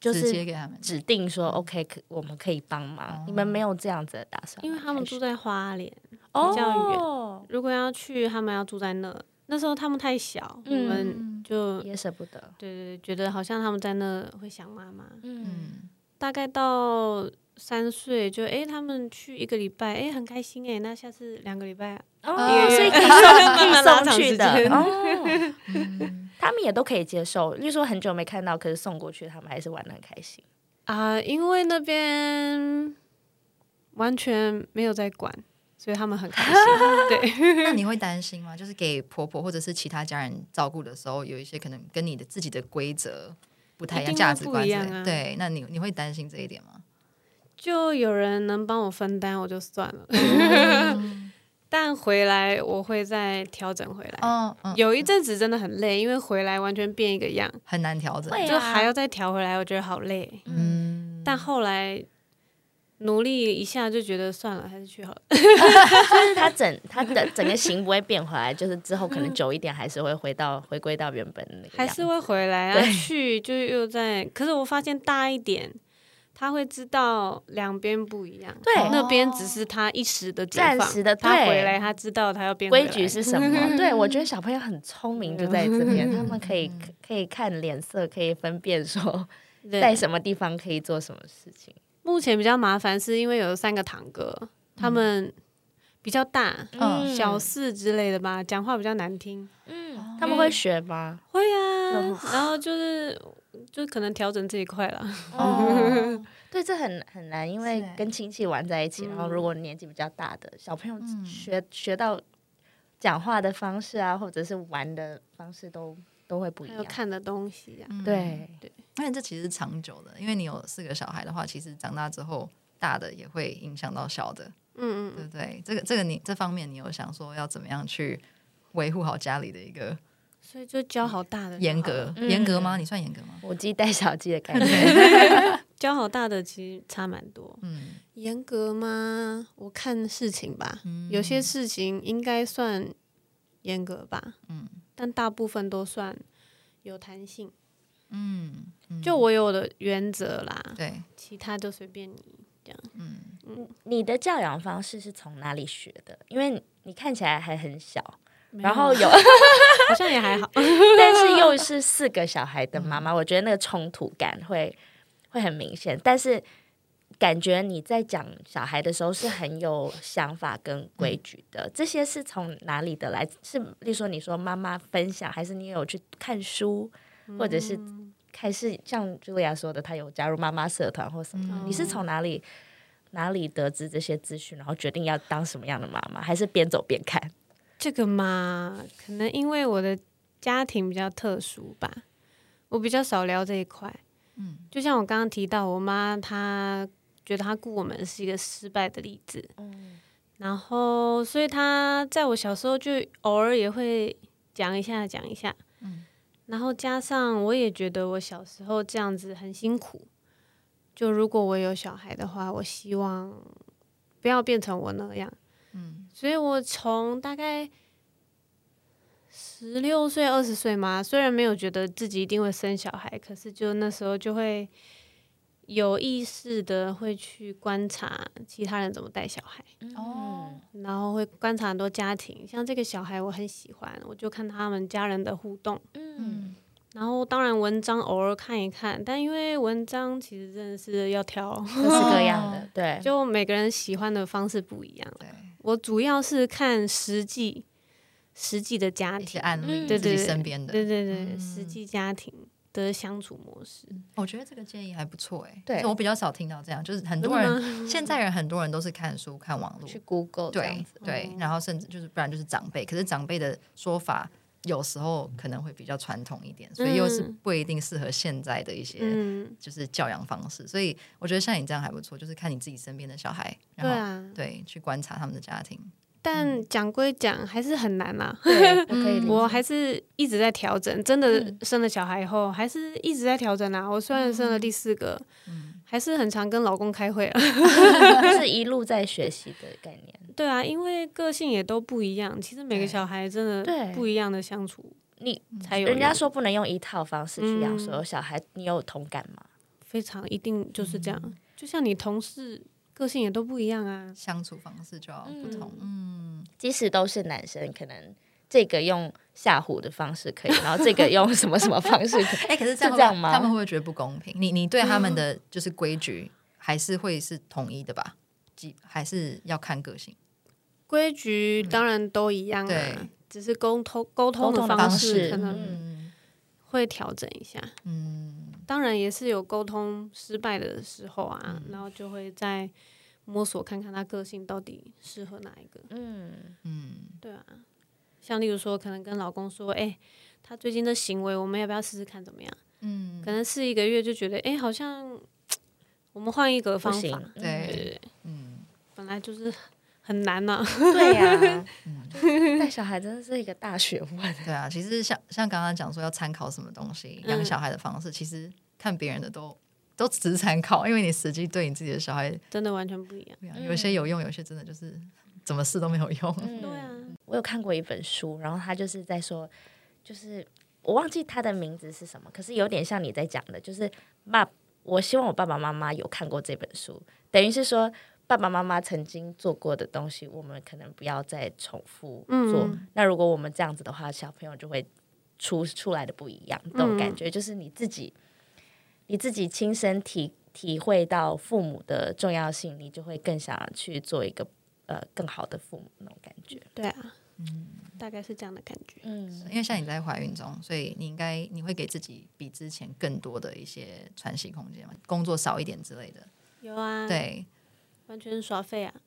就
直接
是
给他们
指定说 OK，可我们可以帮忙，你们
哦
没有这样子的打算吗，
因为他们住
还是
在花莲，
哦
比较远
呃
如果要去，他们要住在那。那时候他们太小，
嗯
我们就
也舍不得，
对对对，觉得好像他们在那会想妈妈。
嗯，
嗯
大概到三岁就诶，他们去一个礼拜，诶，很开心诶。那下次两个礼拜啊，
哦，
也
所以可以送可以送去的哦，
嗯
他们也都可以接受。例如说很久没看到，可是送过去，他们还是玩的很开心。
啊因为那边完全没有在管，所以他们很开心。 对，
那你会担心吗？就是给婆婆或者是其他家人照顾的时候，有一些可能跟你的自己的规则不太一样，
一定会
价值观之类
不一样啊
对，那你你会担心这一点吗？
就有人能帮我分担，我就算了。
哦
但回来我会再调整回来。
哦，嗯，
有一阵子真的很累，因为回来完全变一个样，
很难调整。
会对啊
就还要再调回来，我觉得好累。
嗯，
但后来努力一下，就觉得算了，还是去好了。
就是他整他的整个型不会变回来，就是之后可能久一点，还是会回到回归到原本的那个
还
样子。
是会回来，
对
然后去就又在。可是我发现大一点，他会知道两边不一样。
对哦
那边只是他一时的解
暂
放
时的
他
对
回来，他知道他要变回
规
来
矩 是什么？对我觉得小朋友很聪明，就在这边，他们可以可以看脸色，可以分辨说
嗯对
在什么地方可以做什么事情。
目前比较麻烦，是因为有三个堂哥，他们比较大，
嗯
小四之类的吧，讲话比较难听。哦
嗯，他们会学吗？
会啊， 然后就是就可能调整这一块了。
哦，对，这很很难，因为
是欸
嗯
跟亲戚玩在一起，然后如果年纪比较大的小朋友学学到讲话的方式啊，或者是玩的方式都都会不一
还有
样。
看的东西啊，
对，
而且嗯这其实是长久的，因为你有四个小孩的话，其实长大之后大的也会影响到小的，
嗯嗯
对
嗯，
不对？这个这个你这方面你有想说要怎么样去维护好家里的一个
所以就教好大的就好了，
严格
嗯
严格吗？你算严格吗？
母鸡带小鸡的概念。
教好大的其实差蛮多。
嗯
严格吗？我看事情吧，
嗯
有些事情应该算严格吧，
嗯
但大部分都算有弹性。
嗯，嗯
就我有我的原则啦，
对，
其他就随便你。
嗯
你的教养方式是从哪里学的？因为你看起来还很小，
啊
然后 有，
好像也还好，
但是又是四个小孩的妈妈，我觉得那个冲突感会会很明显。但是感觉你在讲小孩的时候是很有想法跟规矩的，这些是从哪里的来？是例如说你说妈妈分享，还是你有去看书，或者是还是像茱莉亚说的，她有加入妈妈社团或什么的？
嗯
你是从哪里？哪里得知这些资讯，然后决定要当什么样的妈妈，还是边走边看？
这个嘛，可能因为我的家庭比较特殊吧，我比较少聊这一块。
嗯
就像我刚刚提到，我妈她觉得她顾我们是一个失败的例子，
哦
然后所以她在我小时候就偶尔也会讲一下讲一下，
嗯
然后加上我也觉得我小时候这样子很辛苦，就如果我有小孩的话，我希望不要变成我那样。
嗯
所以我从大概十六岁、二十岁嘛，虽然没有觉得自己一定会生小孩，可是就那时候就会有意识的会去观察其他人怎么带小孩，
哦
然后会观察很多家庭，像这个小孩我很喜欢，我就看他们家人的互动。
嗯，
嗯
然后当然文章偶尔看一看，但因为文章其实真的是要挑，
各式各样的，对，
就每个人喜欢的方式不一样。
对，
我主要是看实际实际的家
一些
庭，
案例自
嗯
对
己
对
身边的
对对对，
嗯
实际家庭的相处模式。
我觉得这个建议还不错哎、
对
就我比较少听到这样，就是很多
真
人现在人很多人都是看书、看网络，
去 Google 这样
对
子。
哦
对，然后甚至就是不然就是长辈，可是长辈的说法有时候可能会比较传统一点，所以又是
嗯
不一定适合现在的一些
嗯，
就是教养方式，所以我觉得像你这样还不错，就是看你自己身边的小孩，
对
然后嗯
啊，
对去观察他们的家庭，
但讲归讲，还是很难啊。
对，我可以
嗯
理解。
我还是一直在调整，真的
嗯
生了小孩以后，还是一直在调整啊。我虽然生了
嗯
第四个，还是很常跟老公开会啊。
是一路在学习的概念。
对啊，因为个性也都不一样，其实
嗯
每
对嗯
个小孩真
对
的不一样的相处
你
才嗯有用。
人家说不能用一套方式去养所有
嗯
小孩，你有同感吗？
非常一定就是这样，
嗯
就像你同事个性也都不一样啊。
相处方式就要不同，嗯，
即使都是男生，可能这个用吓唬的方式可以，然后这个用什么什么方式 可以。
哎、可是这样
是
会
这样吗嗯
他们会不会觉得不公平？你你对他们的就是规矩还是会是统一的吧？几还是要看个性，
规矩当然都一样啊，
对
只是沟通沟通
嗯沟通的
方
方
式
式
可能
嗯
会调整一下。
嗯。
当然也是有沟通失败的时候啊，
嗯
然后就会再摸索看看他个性到底适合哪一个。
嗯，
嗯
对啊，像例如说，可能跟老公说，哎、他最近的行为，我们要不要试试看怎么样？
嗯
可能试一个月就觉得，哎、好像我们换一个
不
方
行
法，，
对嗯，
本来就是很难啊呐、
嗯对 呀，
嗯
就是带小孩真的是一个大学问。
对啊，其实像像刚刚讲说要参考什么东西，
嗯
养小孩的方式，其实看别人的都都只是参考，因为你实际对你自己的小孩
真的完全不一样。
不一样，
嗯
有些有用，有些真的就是怎么试都没有用。
对
嗯。
啊，
我有看过一本书，然后他就是在说，就是我忘记他的名字是什么，可是有点像你在讲的，就是爸，我希望我爸爸妈妈有看过这本书，等于是说爸爸妈妈曾经做过的东西，我们可能不要再重复做。
嗯
那如果我们这样子的话，小朋友就会出出来的不一样，这种感觉、就是你自己你自己亲身体体会到父母的重要性，你就会更想要去做一个呃更好的父母那种感觉。
对啊，大概是这样的感觉。
嗯
因为像你在怀孕中，所以你应该你会给自己比之前更多的一些喘息空间嘛，工作少一点之类的。
嗯
有啊，，
对，
完全是耍废啊！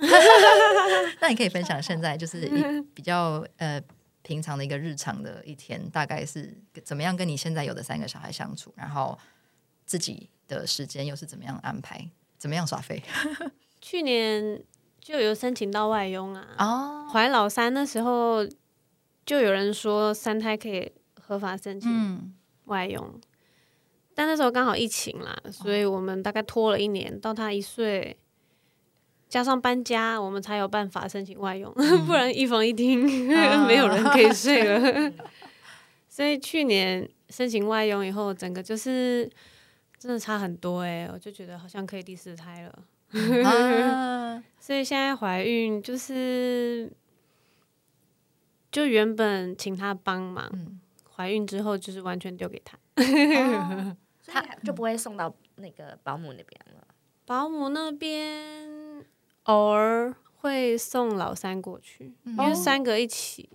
那你可以分享现在就是一比较呃平常的一个日常的一天，大概是怎么样跟你现在有的三个小孩相处，然后自己的时间又是怎么样安排，怎么样耍飞
去年就有申请到外佣啊，
哦，
怀老三那时候就有人说三胎可以合法申请
嗯，
外佣，但那时候刚好疫情啦，
哦
所以我们大概拖了一年，到他一岁，加上搬家，我们才有办法申请外佣， 不然一房一厅
嗯啊
没有人可以 睡了。所以去年申请外佣以后，整个就是真的差很多哎、我就觉得好像可以第四胎了。
啊
所以现在怀孕就是，就原本请他帮忙，
嗯
怀孕之后就是完全丢给他。
他就不会送到那个保姆那边 了。
保姆那边偶尔会送老三过去，
嗯
因为三个一起。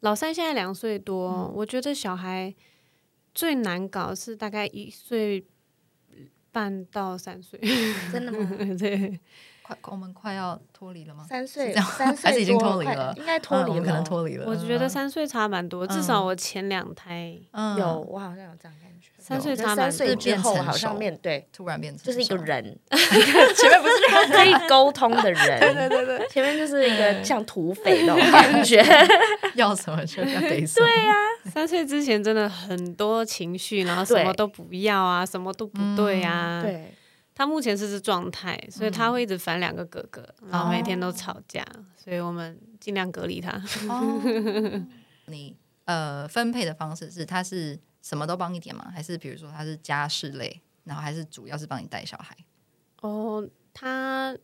老三现在两岁多，
嗯
我觉得小孩最难搞是大概一岁半到三岁，
真的 吗？
对，
快我们快要脱离了吗？
三岁，
是这样
三岁
还是已经
多
脱离
快
了
应该脱
嗯
离
我
了，哦
们可能脱离了。
我觉得
嗯
三岁差蛮多，至少我前两胎
嗯
有，我好像有这样感觉。
三岁
我觉得
差
三
蛮多
岁之
变
后，
成
好像
熟
面对
突然变成
就是一个
小
人，
前面不是
他可以沟通 的人。对对对前面就是一个像土匪那种感觉。
要什么就要给什么，对呀，
三岁之前真的很多情绪，然后什么
对
都不要啊，什么都不对啊。，
嗯对，
他目前是这状态，所以他会一直烦两个哥哥，然后每天都吵架，所以我们尽量隔离他。
哦 你呃分配的方式是，他是什么都帮你点吗？还是比如说他是家事类，然后还是主要是帮你带小孩？
哦，他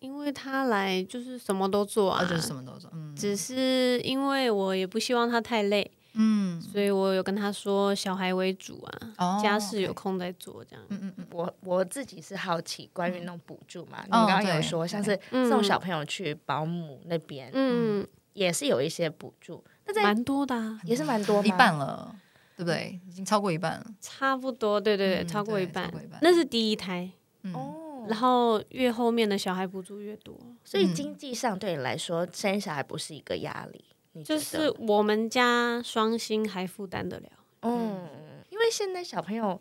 因为他来就是什么都做
啊，
啊，
就是什么都做，嗯
只是因为我也不希望他太累，
嗯，
所以我有跟他说小孩为主啊，
哦
家事有
OK
空再做这样。
嗯嗯嗯，
我我自己是好奇关于那种补助嘛，你
哦
刚刚有
对
说
对
像是
嗯
送小朋友去保姆那边
嗯，
也是有一些补助，那在
蛮多的、啊，
也是蛮多吗
一半了，对不对？已经超过一半了，
差不多，对对对，
嗯
超过
对
一半
超过一半，
那是第一胎。
嗯，
哦
然后越后面的小孩补助越多，
所以
嗯
经济上对你来说，生小孩不是一个压力，你觉
就
得
是我们家双薪还负担得了。
嗯，因为现在小朋友，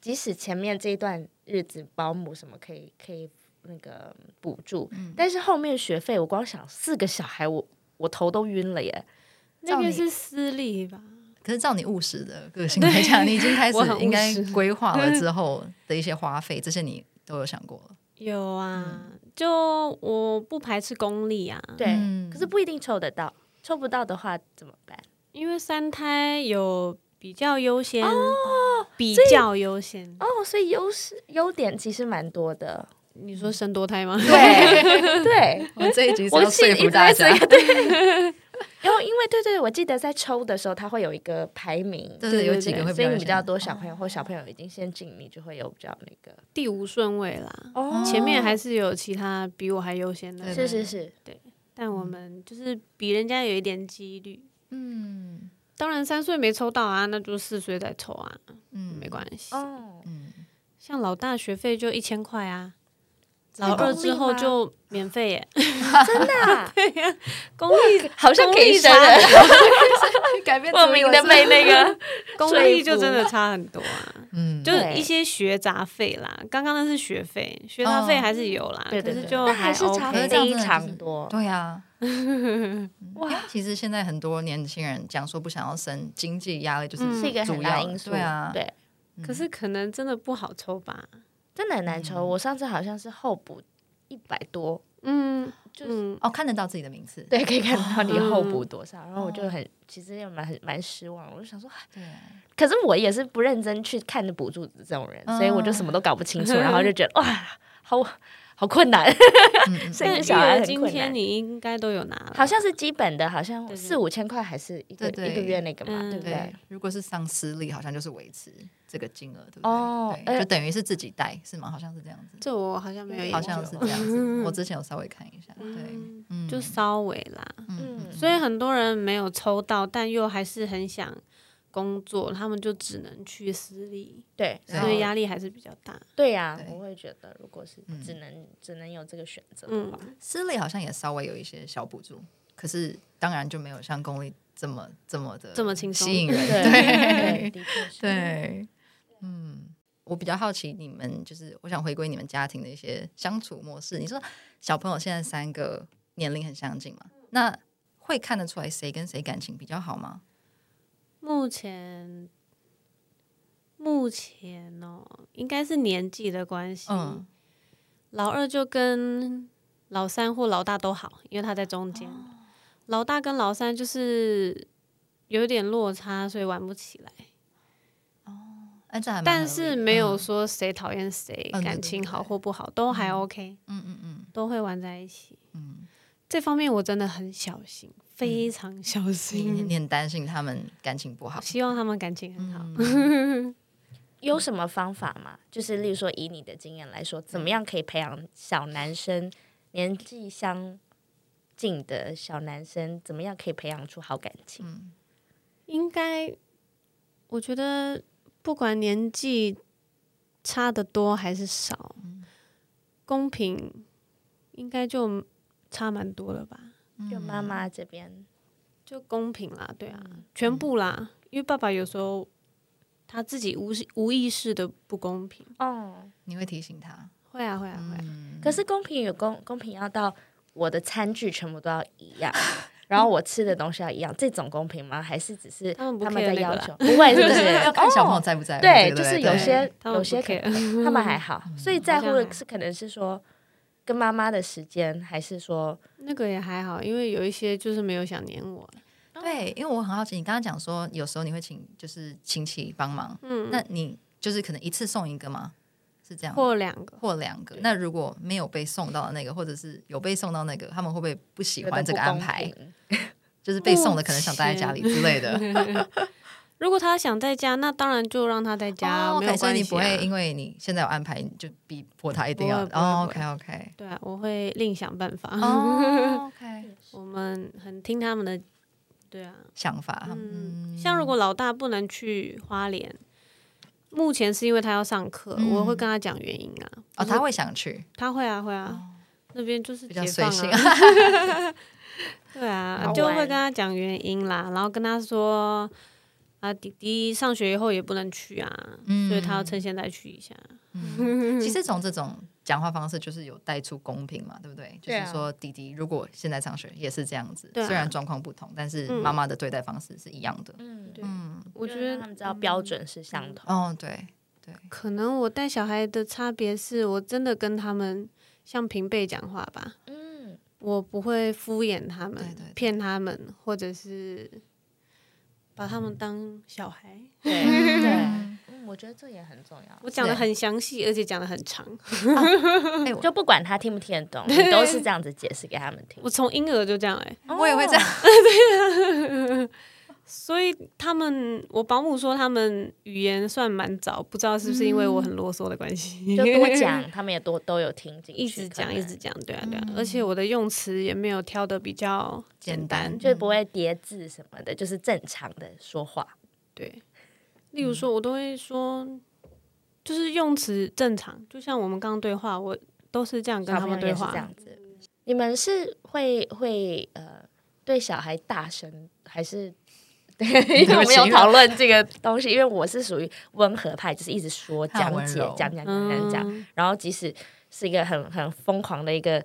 即使前面这一段日子保姆什么可以可以那个补助，但是后面学费，我光想四个小孩，我我头都晕了耶。
那
照
个
你
是私立吧？
可是照你务实的个 性来讲，你已经开始
我很务
应该
实
规划了之后的一些花费，这些你都有想过 了。
有啊，就我不排斥公立啊，
对，
嗯
可是不一定抽得到，抽不到的话怎么办？
因为三胎有比较优先，
哦
比较优先。
哦，所以优势优点其实蛮多的。
你
嗯
说生多胎吗？
对 对，
我们这一集是
我
要
是
说
一
服
直
大
在
家
这，个对。然后，因为对对，我记得在抽的时候，它会有一个排名，
对
对
有
对
几个
对
会
所以你比
有
较
钱
多小朋友或小朋友已经先进，你就会有比较那个
第五顺位啦，
哦
前面还是有其他比我还优先的，
对
是是是，
但我们就是比人家有一点几率。
嗯
当然三岁没抽到啊，那就四岁再抽啊，
嗯
没关系。
哦，
嗯，
像老大学费就一千块啊，
这是
老二
公立
之后
吗
就免 费耶，
真的啊
公 立
好像
公
给
立
生
差
人
改变
莫名的被那个，
公立就真的差很多 啊，
嗯
就
对
一些学杂费啦，刚刚那是学费，学杂费还是有啦，
哦对
可
对
是
对，
就
但还是
OK
差
可是哎这样
非
真的就
常
是
多，
对啊，
哇
因为嗯其实现在很多年轻人讲说不想要生，经济压力就是
嗯
是一个
主
很大
要
因素，
对啊，
对，
嗯
可是可能真的不好抽吧，
真的很难
嗯
抽。我上次好像是候补一百多，
嗯
就是
嗯，
哦，看得到自己的名字，
对，可以看到你候补多少，然后我就很其实也蛮蛮失望，我就想说，
对
可是我也是不认真去看补助的这种人，所以我就什么都搞不清楚，
嗯
然后就觉得哇，好好困难，
嗯
生
但
个
育
小孩
儿
很
津
困
贴
难。
你应该都有拿了，
好像是基本的，好像
对对
四五千块还是一个
对对
一个月那个嘛，
嗯
对不对
对？，如果是上私立，好像就是维持这个金额，对不对？
哦
对
哎
就等于是自己带是吗？好像是这样子，
这我好像没有研究，
好像是这样子，我之前有稍微看一下，对，嗯，
就稍微啦，
嗯
嗯
所以很多人没有抽到，但又还是很想工作，他们就只能去私立，
对，
对
然
所
后
以压力还是比较大。
对呀、
对
我会觉得如果是
嗯
只能只能有这个选择的话，
嗯，
私立好像也稍微有一些小补助，可是当然就没有像公立这么这么的
这么轻松
吸引人。 对
对，的确是，
对，嗯，我比较好奇你们就是我想回归你们家庭的一些相处模式。你说小朋友现在三个年龄很相近嘛，那会看得出来谁跟谁感情比较好吗？
目前目前哦，应该是年纪的关系，
嗯
老二就跟老三或老大都好，因为他在中间。
哦
老大跟老三就是有点落差，所以玩不起来。
哎，这还蛮
但
合理
是
的
没有说谁讨厌谁，
嗯
感
对
情
对
好
对
或不好，都还 OK，
嗯嗯嗯
都会玩在一起。
嗯，
这方面我真的很小心，非常小
你你
心。
你很担心他们感情不好？
希望他们感情很好。
有什么方法吗？就是例如说，以你的经验来说，怎
嗯
么样可以培养小男生年纪相近的小男生，怎么样可以培养出好感情？
应该，我觉得不管年纪差的多还是少，
嗯
公平应该就差蛮多了吧？
嗯
就妈
嗯
妈这边，
就公平啦，对啊，
嗯
全部啦，因为爸爸有时候他自己无无意识的不公平，
哦，
你会提醒他？
会啊会啊会啊，
嗯
嗯可是公平有公公平要到我的餐具全部都要一 样。然后我吃的东西要一样，这种公平吗？还是只是
他们不
他们在
care 那
要
个啦啊
求？不会，是 不是？
要看小朋友
哦
在不在乎这
对
个。，
就是
对嗯
有
对哦
些
他们
有
不
些可
care
他们还好，所以在乎
好像
的
还
是可能是说跟妈妈的时间，还是说
那个也还好，因为有一些就是没有想黏我，
哦对，因为我很好奇，你刚刚讲说有时候你会请就是亲戚帮忙，
嗯，
那你就是可能一次送一个吗？是这样吗？
或两个，
或两个，那如果没有被送到的那个，或者是有被送到那个，他们会不会不喜
觉
欢
得
这
不
个安
公
排？
平？
就是被送的可能想待在家里之类的。
如果他想在家，那当然就让他在 家，
哦
没有
，OK，所以
关系、啊。
你不会因为你现在有安排，你就逼迫他一定要
不会。不会
哦
不会
，OK OK。
对啊，我会另想办法。
哦，OK，
我们很听他们的，对啊，
想法，
嗯，像如果老大不能去花莲，目前是因为他要上课，
嗯
我会跟他讲原因啊。
哦，
就是
他会想去，
他会啊会啊，那边就是
比较
解
随
放
性
啊， 对啊
好，
就会
玩
跟他讲原因啦，然后跟他说啊，弟弟上学以后也不能去啊，
嗯
所以他要趁嗯现在去一下。
其实从这种讲话方式，就是有带出公平嘛，对不对？就
对啊
是说，弟弟如果现在上学也是这样子，
对啊
虽然状况不同，但是
嗯
妈妈的对待方式是一样的。
嗯，
对
嗯，
我觉
就让
得
他们知道标准是相同。
哦，对对，
可能我带小孩的差别是我真的跟他们像平辈讲话吧，
嗯，
我不会敷衍他们
对对对、
骗他们，或者是把他
嗯
们当小孩。
对 对，嗯，我觉得这也很重要。
我讲的
对
很详细，而且讲的很长。
哎、我
就不管他听不听得 懂，你都是这样子解释给他们听
我。从婴儿就这样哎、
我也会这样。
所以他们，我保姆说他们语言算蛮早，不知道是不是因为我
嗯
很啰嗦的关系，
就多讲，他们也多都有听进去，
一直
可
讲
能嗯
一直讲，对啊对啊，而且我的用词也没有挑的比较
简
简
单
单，
就是不会叠字什么的，就是正常的说话。
对，例如
嗯
说，我都会说，就是用词正常，就像我们刚刚对话，我都是这样
小
跟他
朋友
们对
也是这
话
样。子。你们是会会呃对小孩大声还是？ 对，因为我
不
们
起
有讨论这个东西，因为我是属于温和派，就是一直说
他
讲
很温
解
柔
讲讲讲讲讲，
嗯，
然后即使是一个很很疯狂的一个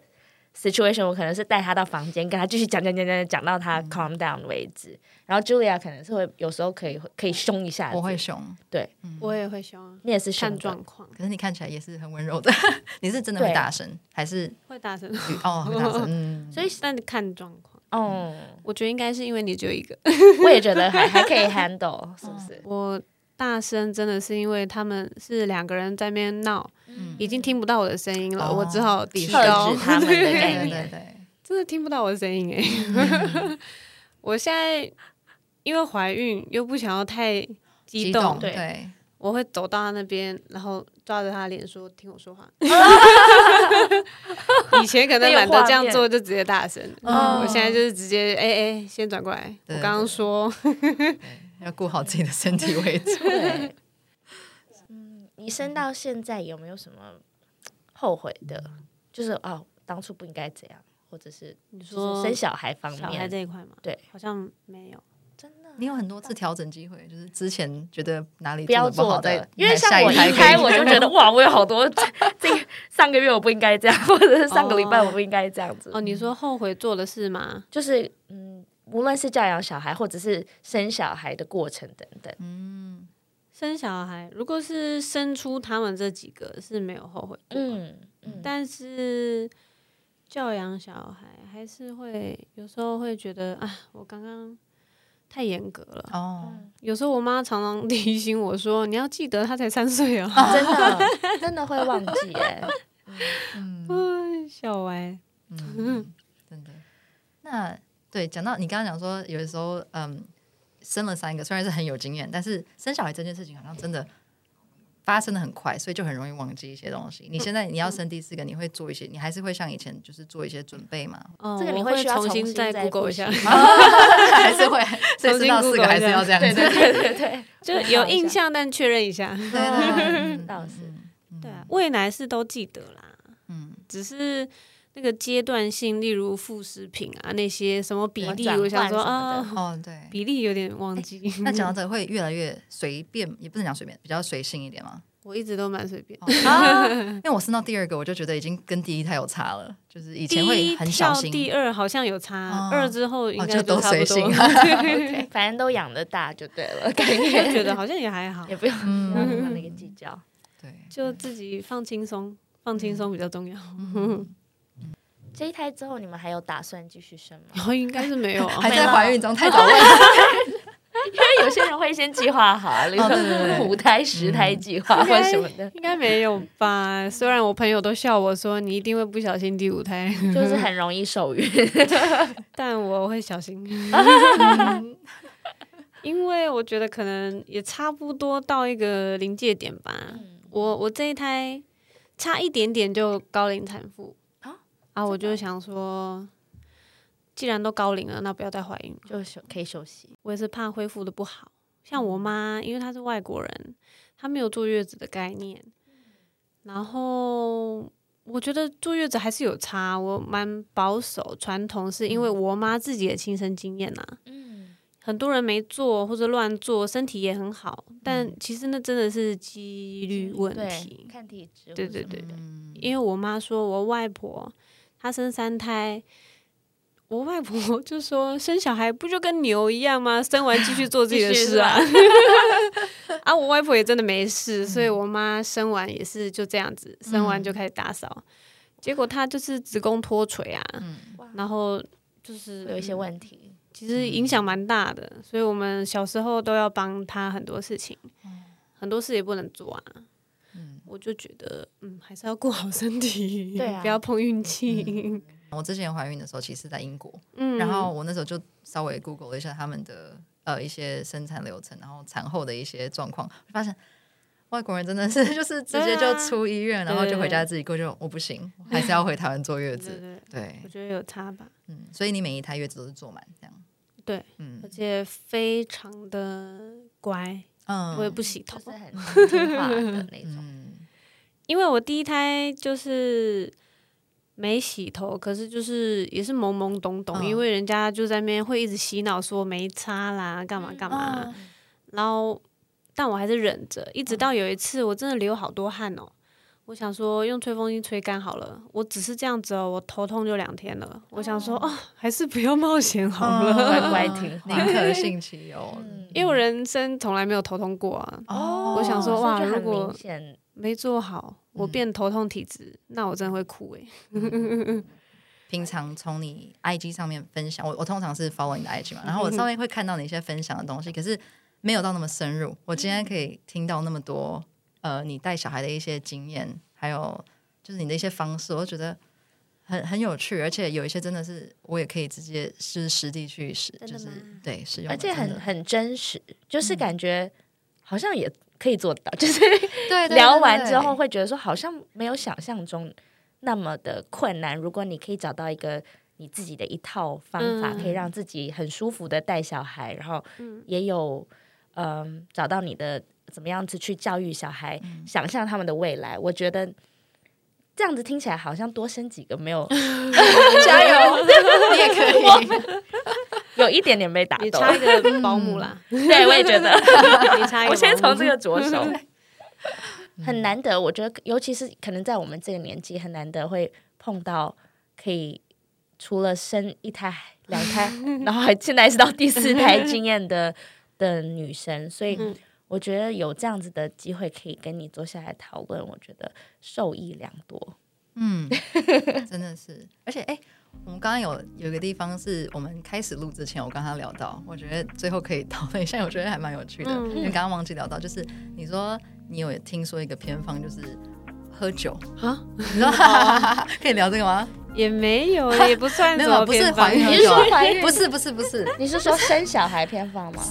situation，我可能是带他到房间跟他继续讲讲讲讲讲讲到
嗯
他 calm down 为止。然后 Julia 可能是会有时候可以可以凶一下子，
我会凶，
我也会凶啊，
你也是凶
嗯看
的
状况，
可是你看起来也是很温柔的。 你是真的会
对
大声，还是
会大声，
哦会大声？嗯，
所以但看状况。
哦，
我觉得应该是因为你只有一个，
我也觉得还还可以 handle，是不是？
我大声真的是因为他们是两个人在那边闹，
嗯
已经听不到我的声音 了，
哦
我只好提
必须
克
高
制，他们 的
对
概
对
念
对，对，
真的听不到我的声音哎、 我现在因为怀孕又不想要太激动，
对
对，
我会走到他那边，然后抓着他的脸说：“听我说 话。”以前可能懒得这样做，就直接大声。
嗯
哎我现在就是直接，哎、哎、先转过来。
对
我刚刚说，
要顾好自己的身体为主。
对， 嗯，你生到现在有没有什么后悔的？就是哦，当初不应该这样，或者是
你
就是
说
生小孩方
小孩
面，
这一块吗？
对，
好像没有。
真的
你有很多次调整机会，就是之前觉得哪里
不要
得不好，
做
再
的，因为像我
一
一
胎
开
可以
我就觉得哇，我有好多这这上个月我不应该这样，或者是上个礼拜我不应该这样子，
哦，你说后悔做的事吗？
就是嗯，无论是教养小孩或者是生小孩的过程等等，
嗯，
生小孩，如果是生出他们这几个是没有后悔过，
嗯嗯，
但是教养小孩还是会有时候会觉得啊，我刚刚太严格了。
哦，
有时候我妈常 常提醒我说，你要记得他才三岁哦，
真的真的会忘记 耶，
嗯
小歪。
嗯，真的。那对，讲到你刚刚讲说，有的时候嗯，生了三个，虽然是很有经验，但是生小孩这件事情好像真的发生的很快，所以就很容易忘记一些东西。你现在你要生第四个，你会做一些，你还是会像以前就是做一些准备吗？
哦，
这个你
我
会
会
需要
重
重新
再
再
Google
复
一下，
习
还是会，所以生到四个还是要这样子。嗯对
对对 对，
就有印象但确认一下。
嗯对对，
倒是
对啊，未来是都记得啦，
嗯，
只是那个阶段性，例如副食品啊那些什么比
对
例，
转
我想
换
说
什么的
啊，
哦对。
比例有点忘记。
那讲到这个会越来越随便，也不能讲随便，比较随性一点嘛。
我一直都蛮随便。
哦 啊因为我生到第二个，我就觉得已经跟第一胎有差了，就是以前
第
会
一
很小
跳
心。
第二好像有差，
哦
二之后应
哦，
该
就都
差不
随
多
性。。
OK，反正 都养得大就对了，感
就
觉
觉得好像也还好
也，不用
嗯
不用那么那个计较。
对，
就自己放轻松，放轻松比较重要。嗯
这一胎之后，你们还有打算继续生吗？
然后应该是没有啊，
还在怀孕中，太早问。
因为 有些人会先计划好啊，例如
哦对对对
说五胎、十胎计划或什么的，
应该没有吧？虽然我朋友都笑我说你一定会不小心第 五胎，
就是很容易受 孕。
但我会 小心，因为我觉得可能也差不多到一个临界点吧。
嗯
我我这一胎差一点点就高龄产妇
啊
啊，我就想说，既然都高龄了，那不要再怀孕了。
就休可以休息，
我也是怕恢复的不好。像我妈，因为她是外国人，她没有坐月子的概念。然后我觉得坐月子还是有差，我蛮保守传统，是因为我妈自己的亲身经验呐、
嗯，
很多人没做或者乱做，身体也很好，但其实那真的是嗯几率问
对，
题。
看体质，
对对对，
嗯
因为我妈说，我外婆她生三胎，我外婆 就说生小孩不就跟牛一样吗？生完 继续做自己的事啊。啊，我外婆也真的没事，所以我妈生完也是就这样子，生完就开始打扫，结果她就是子宫脱垂啊，
哇
然后就是
有一些问题，
其实影响蛮大的，所以我们小时候都要帮他很多事情，很多事也不能做啊。我就觉得，嗯，还是要顾好身体，
对啊
不要碰运 气。
我之前怀孕的时候，其实在英国，
嗯，
然后我那时候就稍微 Google 了一下他们的呃一些生产流程，然后产后的一些状况，发现外国人真的是 就是直接就出医院，
啊
然后就回家自己过，就我不行，我还是要回台湾坐月
对对
子。
对，
对
我，觉得有差吧，
嗯，所以你每一胎月子都是坐满这样。
对，
嗯
而且非常的乖，我也
嗯
不洗头
就，是很听话的那种。
嗯
因为我第一胎就是。没洗头，可是就是也是懵懵懂懂，
嗯
因为人家就在那边会一直洗脑说没擦啦，干嘛干嘛，
嗯
然后但我还是忍着，一直到有一次我真的流好多汗哦，我想说用吹风机吹干好了，我只是这样子哦，我头痛就两天了，我想说哦，还是不要冒险好
嗯
了，
乖乖 听话
宁可信其有。
嗯
因为我人生从来没有头痛过啊，
嗯哦
我想说
所以
哇
就很
如果
明显
没做好我变头痛体质，那我真的会哭欸诶、
平常从你 IG 上面分享，我我通常是 follow 你的 IG 嘛，然后我上面会看到你一些分享的东西，可是没有到那么深入。我今天可以听到那么多，呃，你带小孩的一些经验，还有就是你的一些方式，我觉得很很有趣，而且有一些真的是我也可以直接是实地去使，
真的
就是
吗
对使用的，
而且
真
很
的嗯
很真实，就是感觉好像也可以做到，就是
对对
聊完之后
会
会觉得说好像没有想象中那么的困难。如果你可以找到一个你自己的一套方法，
嗯
嗯
可以让自己很舒服的带小孩，然后也有嗯找到你的怎么样子去教育小孩，
嗯
想象他们的未来。我觉得这样子听起来好像多生几个没有，
加油， 你也可 以。
有一点点 被打
你
动。
差一个保姆啦，
对，我也觉得。
你差一个。
我先从这，个着手， 很难得，我觉得，尤其是可能在我们这个年纪，很难得会碰到可以除了生一胎、两胎，然后还现在是到第四胎经验的的女生，所以
嗯
我觉得有这样子的机会可以跟你坐下来讨论，我觉得受益良多。
嗯，真的是，而且哎、我们刚刚有有一个地方是我们开始录之前，我跟他聊到，我觉得最后可以讨论一下，我觉得还蛮有趣的。
嗯
因为刚刚忘记聊到，就是你说你有听说一个偏方，就是喝酒
啊，
你知道 可以聊这个吗？
也没有，也不算
没
什
有啊，
么
不是
偏
怀
方。
孕喝
你是
酒
说
啊，
怀
哦
孕？
不，是不是不是，
你是说生小孩偏方吗？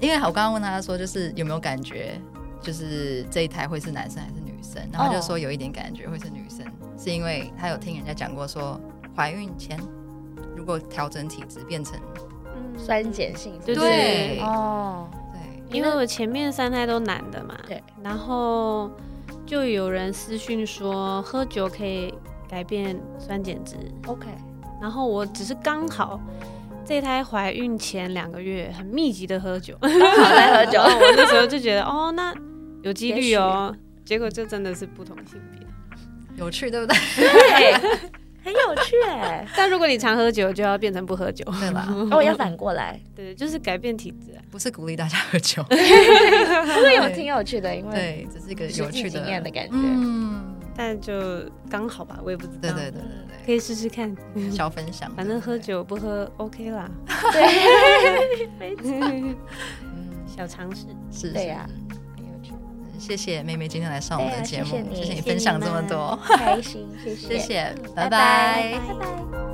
因为我刚刚问他说，就是有没有感觉，就是这一胎会是男生还是女生？然后他就说有一点感觉会是女生，是因为他有听人家讲过说，怀孕前如果调整体质变成
嗯
酸碱性
对
是不是
对
哦，
对，
因为我前面三胎都男的嘛，
对，
然后就有人私讯说喝酒可以改变酸碱值，
，OK，
然后我只是刚好这胎怀孕前两个月很密集的喝酒，
好来喝酒
然。后我那时候就觉得哦，那有几率
也许
哦，结果就真的是不同性别。
有趣对不 对？
对， 很有趣哎、
但如果你常喝酒，就要变成不喝酒，
对啦，
哦，要反过 来，
对，就是改变体质、啊。
不是鼓励大家喝 酒，
这个有挺有趣的，因为
对，只是一个
实际
有趣的
经验的感觉
嗯，
但就刚好吧，我也不知道。
嗯
对对对对
可以试试看，
对，小分享，
反正喝酒不喝 OK 啦，
嗯
小常识。
是，
对呀
是
很有趣，
是谢谢妹妹今天来上我们的
对
节
啊
目
谢谢，你
谢你
谢
分享这么多，
开心，谢
谢谢，拜
拜拜拜。